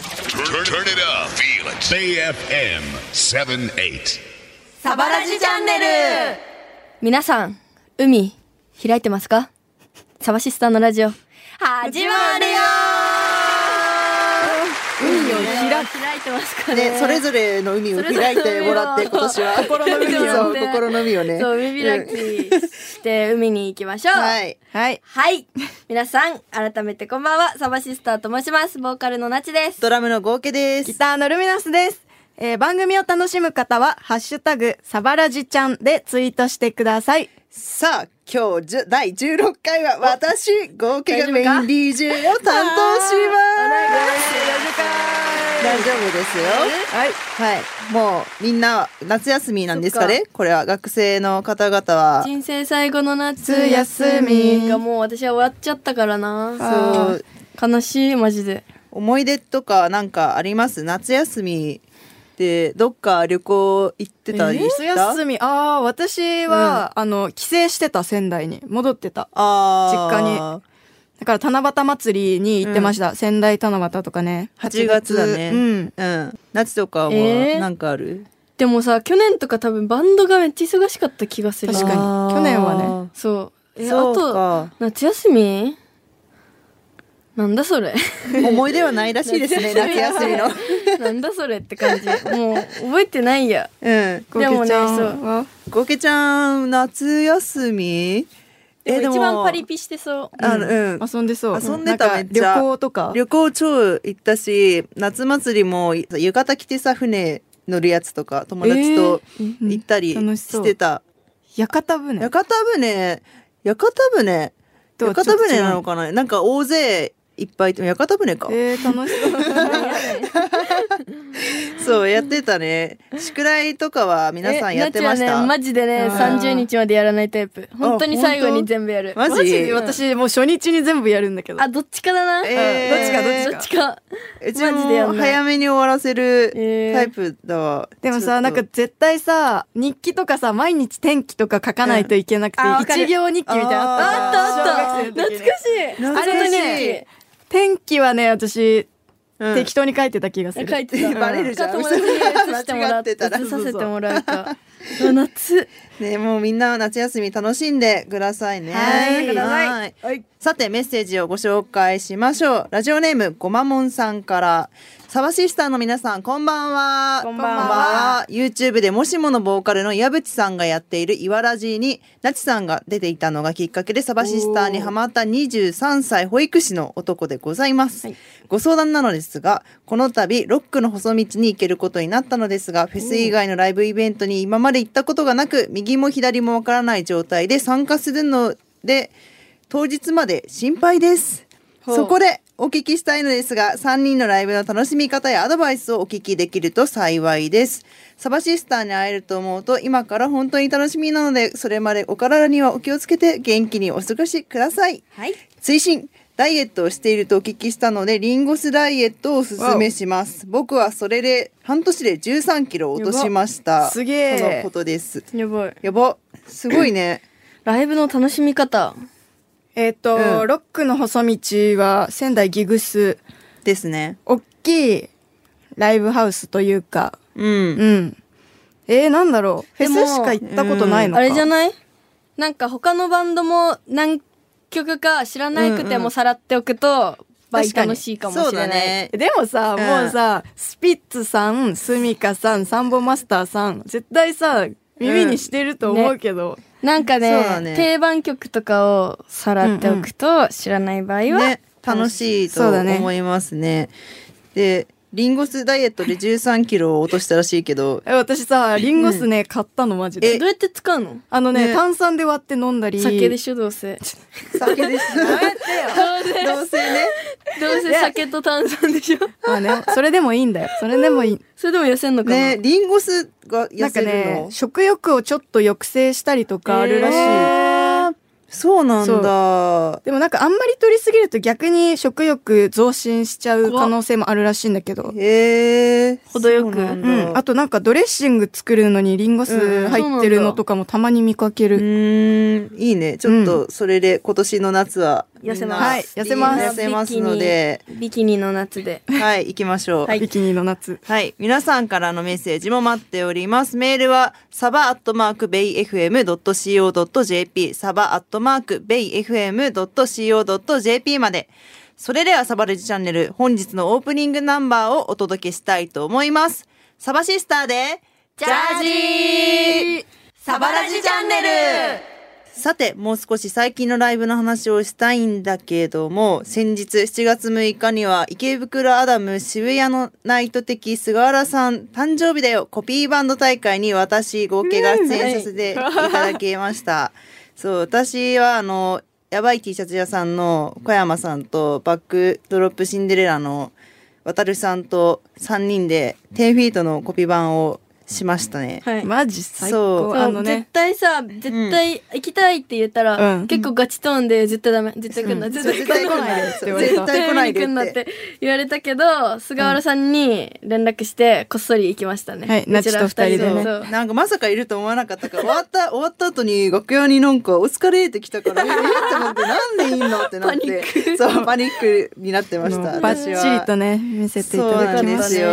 Turn, turn it up. Feel it. AFM 78. サバラジチャンネル皆さん、海、開いてますかサバシスターのラジオ、始まるよ海を開いてますかねね、それぞれの海を開いてもらって、今年は。心の海をそう心の海をね。そう、海開うんきして海に行きましょう。はい。はい。はい。 皆さん、改めてこんばんは。サバシスターと申します。ボーカルのなちです。ドラムの合計です。ギターのルミナスです。えー番組を楽しむ方は、ハッシュタグ、サバラジちゃんでツイートしてください。さあ、今日じゅ、第16回は私、合計がメイ大ン丈夫か DJ を担当します。大丈夫ですよ。はい。はい。もう、みんな、夏休みなんですかねこれは、学生の方々は。人生最後の夏休みがもう私は終わっちゃったからな。そう。悲しい、マジで。思い出とかなんかあります夏休みでどっか旅行行ってたりした、夏休み、ああ、私は、あの、帰省してた仙台に戻ってた。あー実家にだから七夕祭りに行ってました。仙台七夕とかね。 8月だねうん。うん夏とかはえーなんかある、でもさ、去年とか多分バンドがめっちゃ忙しかった気がする。確かあに。ー去年はね。そう。え、あそうと、 か夏休みなんだそれ。思い出はないらしいですね夏休みの なんだそれって感じ。もう覚えてないや。うんでもねそうう。ゴケちゃん夏休みでも一番パリピしてそう。あのうん遊んでそう。遊んでたなめかっちゃ旅行とか。旅行超行ったし夏祭りも浴衣着てさ船乗るやつとか友達とうん行ったり楽しそうしてた、屋形船。屋形船屋形船と屋はちょ形っと船なのかななんか大勢いっぱいいて屋形船か、えー、楽し そう。そうやって たね宿題とかは皆さんえやってましなっちた、はね、マジでね、うん30日までやらないタイプ。本当に最後に全部やる。マジマジ私もう初日に全部やるんだけど。あ、どっちかだな。えーうんどっちか、どっちか。うちもマジでやんない早めに終わらせるえータイプだわ、でもちょっさとなんか絶対さ日記とかさ毎日天気とか書かないといけなくて、うんあわかる一行日記みたいなのあったああっ。ったた懐かしい。懐かしいあれね、天気はね私、うん適当に書いてた気がする書いてた。 バレるじゃんか友達に写してもら間違っ、っててたら写させてもらう か。うわ夏。ねもうみんな夏休み楽しんでくださいねはいはいさてメッセージをご紹介しましょうラジオネームごまもんさんからサバシスターの皆さんこんばんはこんばんは YouTube でもしものボーカルの矢渕さんがやっているいわらじになちさんが出ていたのがきっかけでサバシスターにハマった23歳保育士の男でございます、はいご相談なのですがこの度ロックの細道に行けることになったのですがフェス以外のライブイベントに今まで行ったことがなく右も左もわからない状態で参加するので当日まで心配ですほうそこでお聞きしたいのですが3人のライブの楽しみ方やアドバイスをお聞きできると幸いですサバシスターに会えると思うと今から本当に楽しみなのでそれまでお体にはお気をつけて元気にお過ごしくださいはい。推進ダイエットをしているとお聞きしたのでリンゴ酢ダイエットをおすすめします僕はそれで半年で1 3キロ落としましたすげえとのことですやばい。やばすごい ねライブの楽しみ方。えっ、と、うんロックの細道は仙台ギグスですね大きいライブハウスというかうんうんえー、なんだろうフでェもスしか行ったことないのかあれじゃいないなんか他のバンドも何曲か知らなくてもさらっておくと、倍楽しいかもしれない。そうだねでもさ、うんもうさスピッツさんスミカさんサンボマスターさん絶対さ耳にしてると思うけど、なんかそうねだね定番曲とかをさらっておくと、知らない場合は、ね、楽しいとそうだね思いますねでリンゴ酢ダイエットで1 3キロを落としたらしいけ どえ私さリンゴ酢ね、買ったのマジえでどうやって使うのあのねね炭酸で割って飲んだり酒でししょどうせ酒ですどうせねどうせ酒と炭酸でしょあねそれでもいいんだよそれでも いいそれでも痩せんのかな、ねリンゴ酢がな痩んかせるねの食欲をちょっと抑制したりとかあるらしい、えあーそうなんだでもなんかあんまり取りすぎると逆に食欲増進しちゃう可能性もあるらしいんだけどへえ程よくうん、あとなんかドレッシング作るのにリンゴ酢入ってるのとかもたまに見かけうる。ーんいいねちょっとそれで今年の夏は痩せます。はい痩せますみんな痩せますのでビキニビキニの夏で。はい、行きましょう。はいビキニの夏。はい。皆さんからのメッセージも待っております。メールは、サバアットマークベイ FM.co.jp、サバアットマークベイ FM.co.jp まで。それではサバレジチャンネル、本日のオープニングナンバーをお届けしたいと思います。サバシスターで、ジャージーサバラジチャンネルさて、もう少し最近のライブの話をしたいんだけども、先日7月6日には池袋アダム渋谷のナイト的菅原さん誕生日だよコピーバンド大会に私合計が出演させていただきました。 そう、私はあの、やばい T シャツ屋さんの小山さんとバックドロップシンデレラの渡るさんと3人で10フィートのコピー版をしましたね。はい。マジ最そ高。うあそうの絶ね。対さ絶対行きたいって言ったら、うん結構ガチトーンで絶対ダメ絶対来んな、うん絶対来んな絶対来ないでって言われた絶対来ないでって絶対来ないでって言われたけど菅原さんに連絡してこっそり行きましたね、はいうちらナチと二人でねそうなんかまさかいると思わなかったから終わった 終わった後に楽屋になんか「お疲れ」って来たから「えーって思ってなんでいいのってなってそうパニックになってましたもうバッチリとね、見せていたそうなだきんま。ですすよ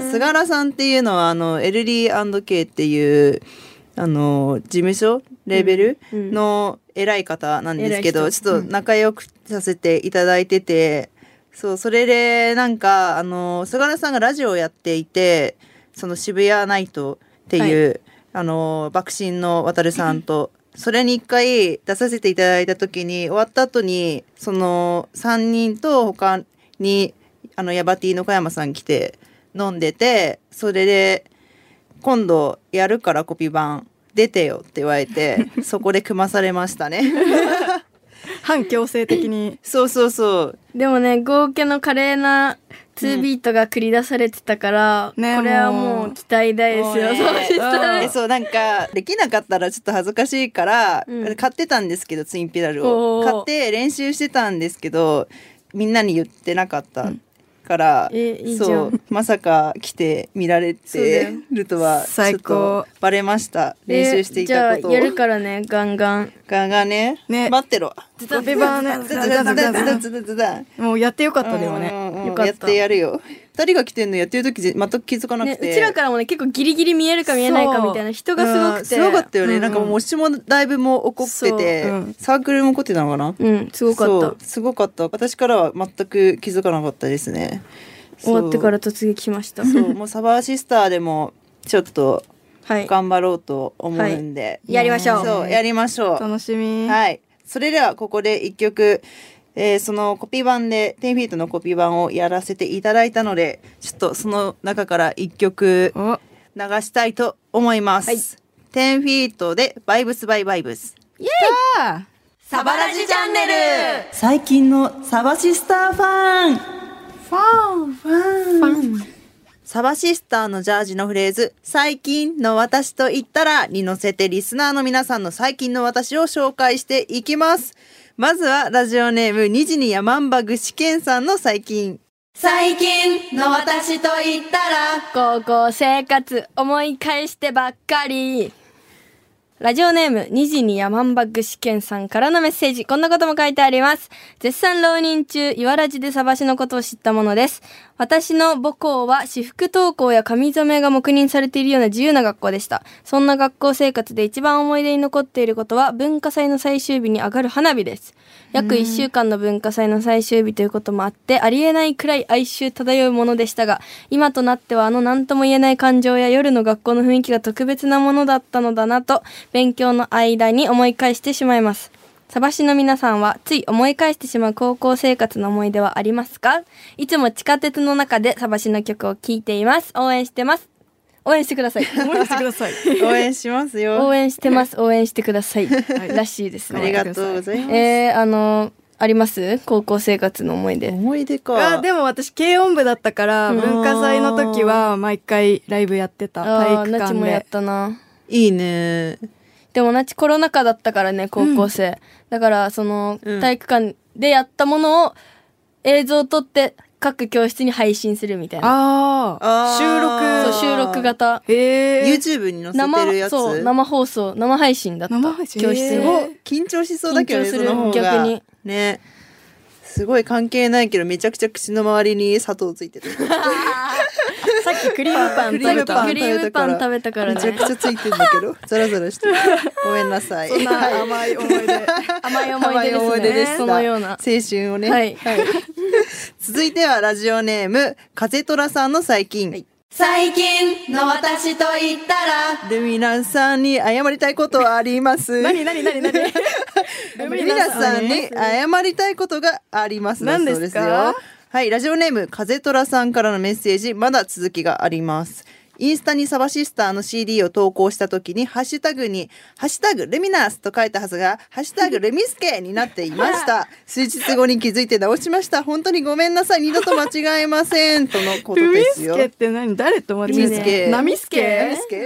そう菅原さんっていうのはあの LD&K っていうあの事務所レーベルの偉い方なんですけど、偉いちょっと仲良くさせていただいてて、そうそれでなんかあの菅原さんがラジオをやっていてその渋谷ナイトっていう、あの爆心の渡るさ んと。それに一回出させていただいた時に終わった後にその3人と他にあのヤバティの小山さん来て飲んでてそれで今度やるからコピー版出てよって言わ れてそこで組まされましたね反強制的に。そうそうそうでもね合計の華麗な2ビートが繰り出されてたから、ねこれはもう期待大ですよ、もうねそううんえそうなんかできなかったらちょっと恥ずかしいから、うん買ってたんですけどツインペダルをおー買って練習してたんですけどみんなに言ってなかったから、えいいじゃんそうまさか来て見られそうだてよるとはちょっ最と高バレました練習していたことをじゃあやるからねガンガンガンガンねね待ってろコピー版ね。ズダズダズダズダズダもうやってよかったでもうね。んうんうんよかったやってやるよ二人が来てんのやってる時全全く気づかなねく、て、うちらからもね結構ギリギリ見えるか見えないかみたいな人がすごくて、うんすごかったよね、うんなんかもう推しもライブも怒ってて、そううんサークルも怒ってたのかなうんすごかったそうすごかった私からは全く気づかなかったですね終わってからら突撃しましたそうもうサバーシスターでもちょっとはい頑張ろうと思うんで、やりましょうそうやりましょう楽しみ。はい。それではここで一曲、えーそのコピー版で、10フィートのコピー版をやらせていただいたので、ちょっとその中から一曲お、流したいと思います。はい10フィートで、バイブスバイバイブス。サバラジチャンネル最近のサバシスターファンファンファンファンサバシスターのジャージのフレーズ、最近の私と言ったらに乗せてリスナーの皆さんの最近の私を紹介していきます。まずはラジオネーム、にじにやまんばぐしけんさんの最近。最近の私と言ったら高校生活思い返してばっかりラジオネーム2時に山んばぐ試験さんからのメッセージこんなことも書いてあります絶賛浪人中いわらじでサバシのことを知ったものです私の母校は私服登校や髪染めが黙認されているような自由な学校でしたそんな学校生活で一番思い出に残っていることは文化祭の最終日に上がる花火です約1週間の文化祭の最終日ということもあってありえないくらい哀愁漂うものでしたが今となってはあの何とも言えない感情や夜の学校の雰囲気が特別なものだったのだなと勉強の間に思い返してしまいますサバシの皆さんはつい思い返してしまう高校生活の思い出はありますかいつも地下鉄の中でサバシの曲を聴いています応援してます応援してくだ さい応援してください。応援しますよ。応援してます応援してください、いらしいですあねりがとうございます。えー、あのあります高校生活の思い出思い出か。あでも私軽音部だったからん文化祭の時は毎回ライブやってたああ体育なち館もやっでたないいね。でもなちコロナ禍だったからね高校生、だからそのうん体育館でやったものを映像を撮って各教室に配信するみたいなあーああそう収収録録型へえ YouTube に載せてるや生つ。そう生放送生配信だった生配信教室えすーにごい緊張しそうだけどね緊張すそるの方が逆にねすごい関係ないけどめちゃくちゃ口の周りに砂糖ついてる さっきクリームパクンリ食ーべムパたンクリームパン食べたからめちゃねくちゃついてるん だけどザラザラしてるごめんなさい そんな甘い思い出甘い思い出ですね甘そのような青春をね、はい 続いてはラジオネーム風虎さんの最近、最近の私と言ったらルミナさんに謝りたいことはあります何何何何ルルミナさんにね謝りたいことがありますだ何ですそうかですよはいラジオネーム風虎さんからのメッセージまだ続きがありますインスタにサバシスターの CD を投稿した時にハッシュタグに「ハッシュタグルミナス」と書いたはずが「ハッシュタグルミスケ」になっていました 数日後に気づいて直しました本当にごめんなさい二度と間違えませんとのことルミですス よケって何誰と間違ルミえスてケナミスケナミスケえ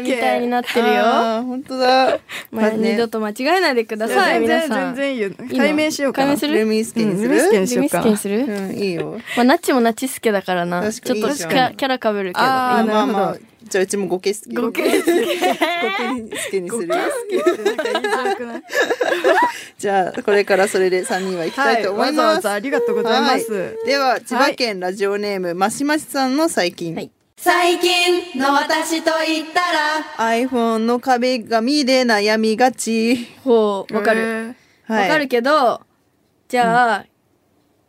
ーみたいになってるよあー本当だまあずね二度と間違えないでくだいやさい全皆然さんル全然いいよいいの解明しようか解な明するルミスケにすうんルミるス、ケにしようミスかケにするうん、いいよまあナッチもナッチスケだからな確ちかょっにとキャキャラかぶるけどああーまあまなあるじゃあうちもゴケスケゴケスケスケにするなんか言いづらく ないじゃあこれからそれで三人は行きた いと思いわざまわすざありがとうございます、はいでは千葉県ラジオネームマシマシさんの最近、はい最近の私と言ったら iPhone の壁紙で悩みがちほうわかえるーわわかるけどじゃあ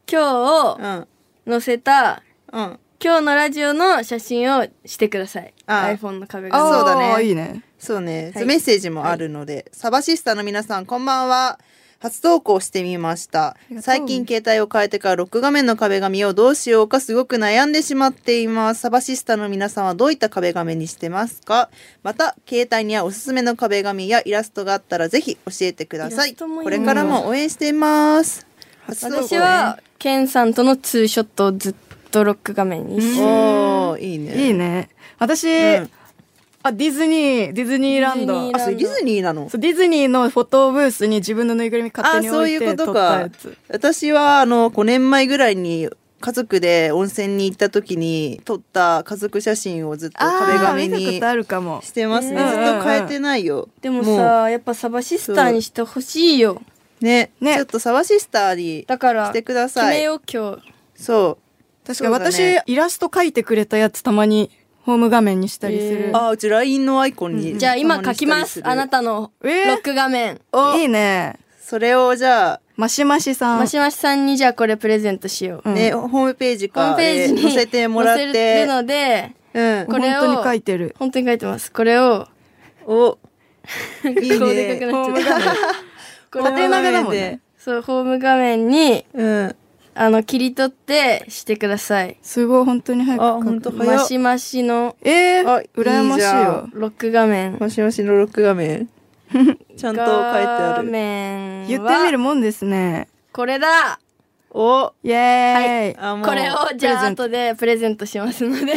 今う日ん載せたうん今日のラジオの写真をしてくださいあ iPhone の壁あがーそうだねいいねそうね、はいメッセージもあるので、サバシスタの皆さんこんばんは初投稿してみましたりがとう最近携帯を変えてからロック画面の壁紙をどうしようかすごく悩んでしまっていますサバシスタの皆さんはどういった壁紙にしてますかまた携帯にはおすすめの壁紙やイラストがあったらぜひ教えてくださイラいストもいいこれからも応援しています初投稿ね私はケンさんとのツーショットをずっとロック画面にしおーいいねいいね私、うんあディズニーディズニーランディズニードラあそれディズニーなのそうディズニーのフォトブースに自分のぬいぐるみ勝あ手にそう置いいうてこと撮ったかやつ私はあの5年前ぐらいに家族で温泉に行った時に撮った家族写真をずっと壁あー紙見たこにとあるかもしてますね、うんずっと変えてないよでもうさやっぱサバシスターにしてほしいよねねちょっとサバシスターにだからしてくだ決さめいよう今日そう確かにそうだ私、ねイラスト描いてくれたやつたまにホーム画面にしたりする、へーあうち LINE のアイコンに、じゃあ今書きますあなたたのロえーック画面おいいねそれをじゃあマシマシさんマシマシさんにじゃあこれプレゼントしよううんね、ホームページホーかムペーでジに載せてもらっ載せてるのでうんこれを本当に書いてる本当に書いてますこれをおいいこうでかくねなっちゃった縦長だもんねそうホーム画面にうんあの切り取ってしてくださいすごい本当に早くあ描く本当早マっシマシのえあいーい、じゃん羨ましいよロック画面もしもしのロック画面ちゃんと書いてあ画る面は言ってみるもんですねこれだおイエーイ、あもうこれをじゃあ後でプレゼントします のでぜ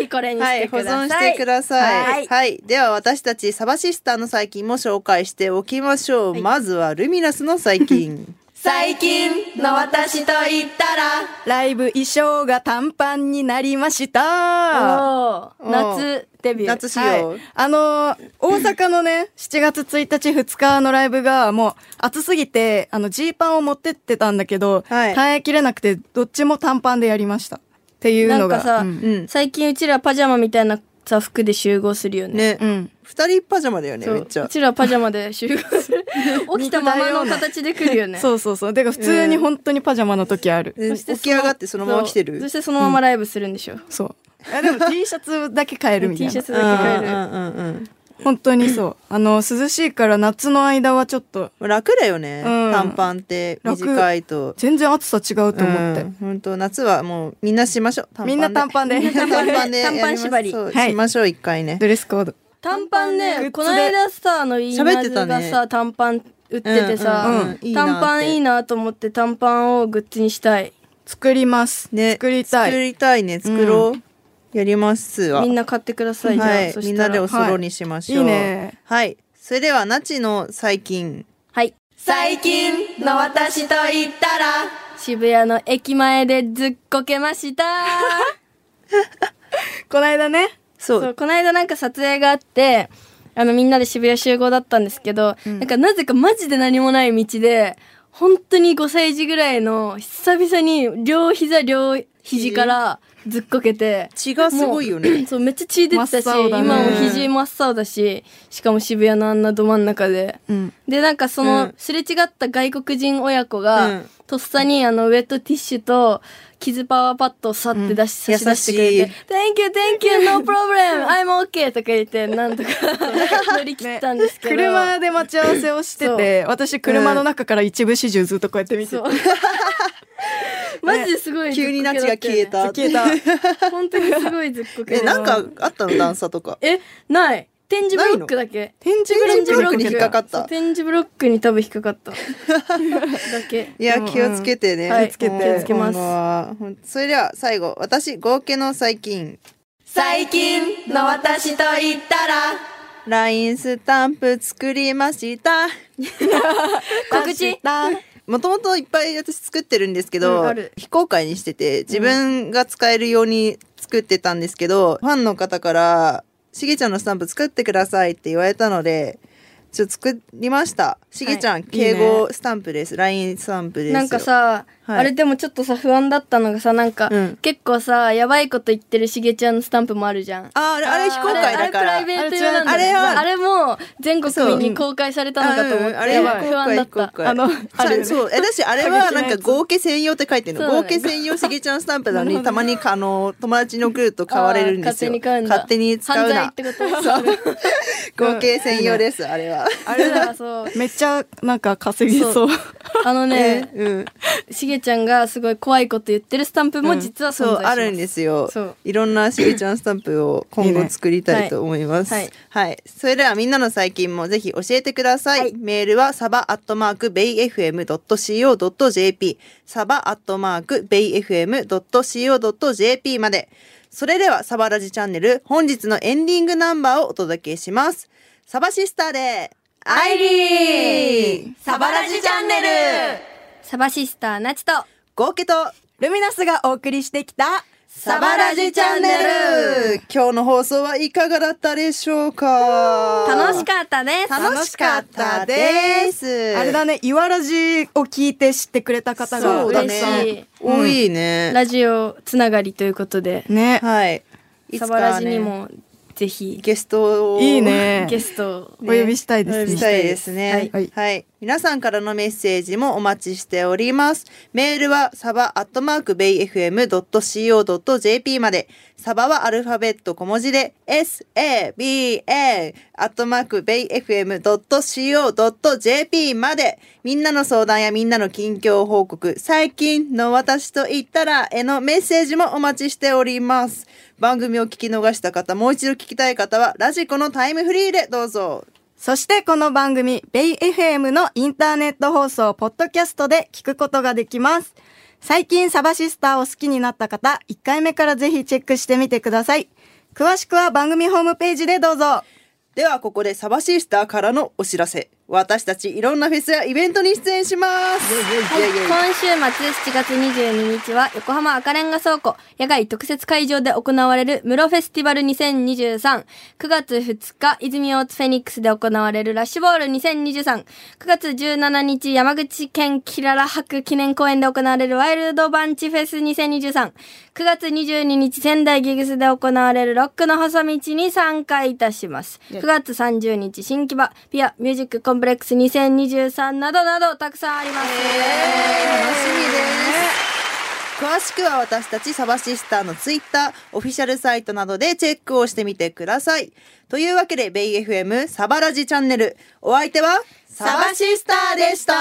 ひこれにはしいて保ください、存してくださいははいい、では私たちサバシスターの最近も紹介しておきましょう、まずはルミナスの最近最近の私と言ったらライブ衣装が短パンになりましたおーおー夏デビュー夏仕様、はい、あのー大阪のね7月1日2日のライブがもう暑すぎてあのジーパンを持ってってたんだけど、はい耐えきれなくてどっちも短パンでやりましたっていうなのんがかさ、うんうん最近うちらパジャマみたいなさ服で集合するよねね、うん二人パジャマだよねそうめっちゃうちらパジャマで集合す る起きたままの形で来るよねそうそうそうでか普通に本当にパジャマの時ある、えそして起き上がってそのまま来てそうるそしてそのままライブするんでしょ、そうあでも T シャツだけ変えるみた T いシャなツうんうだけ買える、んうんうん本当にそうあの涼しいから夏の間はちょっと楽だよね、うん短パンって楽短いと全然暑さ違うと思って、うん本当夏はもうみんなしましょう短パンでみんな短パンでみんな 短パンでやりま短パン縛りそうはいしましょう一回ね ドレスコード短パングッズねでこの間さあのイーナズが喋ってさ、たね短パン売っててさ、うんうんうんいいなって短パンいいなと思って短パンをグッズにしたい作ります、ね作りた作いりたいね作ろう、やりますわみんな買ってください、はじゃあいそみしんたならでおそろにしましょう、はいいいねはいそれではナチの最近はい最近の私と言ったら渋谷の駅前でずっこけましたこの間ねそそうこの間なんか撮影があってあのみんなで渋谷集合だったんですけど、なんかなぜかマジで何もない道で本当に5歳児ぐらいの久々に両膝両肘からずっこけて血がすごいよねもうそうめっちゃ血出てたし、真っ青だね今も肘真っ青だししかも渋谷のあんなど真ん中で、うんでなんかそうの、んすれ違った外国人親子が、うんとっさにあのウェットティッシュと傷パワーパッドをさって出し、うん差し出してくれ優てしい「Thank you thank you no problem I'm okay」とか言ってなんとか乗り切ったんですけど、車で待ち合わせをしてて、私車の中から一部始終ずっとこうやって見てそて う。マジですごいずっ急こけにだナったよね、チが消えた。消えた。本当にすごいずっこけ え、なんかあったの段差とか。えない展示ブロックだけ展示展示ブロッ展クに示引っかかったそう。展示ブロックに多分引っかか っただけいや、気をつけてね。はい気をつけてもう気をつけます今後はほんそれでは最後、私、合計の最近、最近の私と言ったら LINE スタンプ作りました。告知 もともといっぱい私作ってるんですけど、うんある非公開にしてて自分が使えるように作ってたんですけど、ファンの方から「しげちゃんのスタンプ作ってください」って言われたのでちょっと作りましたしげちゃん、敬語スタンプです、LINE スタンプですよなんかさ、はいあれでもちょっとさ不安だったのがさなんか、うん結構さやばいこと言ってるしげちゃんのスタンプもあるじゃんああれあれ非公開だからあれプライベート用なんだあれはあれも全国民に公開されたのかと思って、うんあれ不は非公安開だ非っ公た開あのあるよねそうえ私あれはなんか合計専用って書いてるの、そうだね合計専用しげちゃんスタン プなのにたまにあの友達に送ると買われるんですよあー勝手に買うんだ勝手に使うな犯罪ってことそう合計専用です、あれは。あれだ そうめっちゃなんか稼ぎそう。あの ね、うん、しげちゃんがすごい怖いこと言ってるスタンプも実は存在しそうます、あるんですよそういろんなしげちゃんスタンプを今後作りたいと思いますはいはい、それではみんなの最近もぜひ教えてください、メールはサバアットマークベイ FM.co.jp サバアットマークベイ FM.co.jp までそれではサバラジチャンネル本日のエンディングナンバーをお届けしますサバシスターでアイリーサバラジチャンネルサバシスターなちと合計とルミナスがお送りしてきた。サバラジチャンネル今日の放送はいかがだったでしょうか楽しかったです楽しかったですあれだね、いわらじを聞いて知ってくれた方がそうだ嬉しねい多いね、ラジオつながりということで、ね。はいいつサかねバラジにもぜひゲストをいいね。ゲストお呼びしたいですしね。たいですね。ははいい、皆さんからのメッセージもお待ちしております。メールはサバアットマークベイ FM.co.jp まで。サバはアルファベット小文字で SABA アットマークベイ FM.co.jp まで。みんなの相談やみんなの近況報告、最近の私と言ったらへのメッセージもお待ちしております。番組を聞き逃した方、もう一度聞きたい方は、ラジコのタイムフリーでどうぞ。そしてこの番組、ベイ FM のインターネット放送、ポッドキャストで聞くことができます。最近サバシスターを好きになった方、1回目からぜひチェックしてみてください。詳しくは番組ホームページでどうぞ。ではここでサバシスターからのお知らせ私たちいろんなフェスやイベントに出演しますはい、イエイイエイ今週末7月22日は横浜赤レンガ倉庫野外特設会場で行われる室フェスティバル20239月2日泉大津フェニックスで行われるラッシュボール20239月17日山口県キララ博記念公園で行われるワイルドバンチフェス20239月22日仙台ギグスで行われるロックの細道に参加いたします9月30日新木場ピアミュージックコンプレックス2023などなどたくさんあります、楽しみです詳しくは私たちサバシスターのツイッターオフィシャルサイトなどでチェックをしてみてくださいというわけでベイ FM サバラジチャンネルお相手はサバシスターでした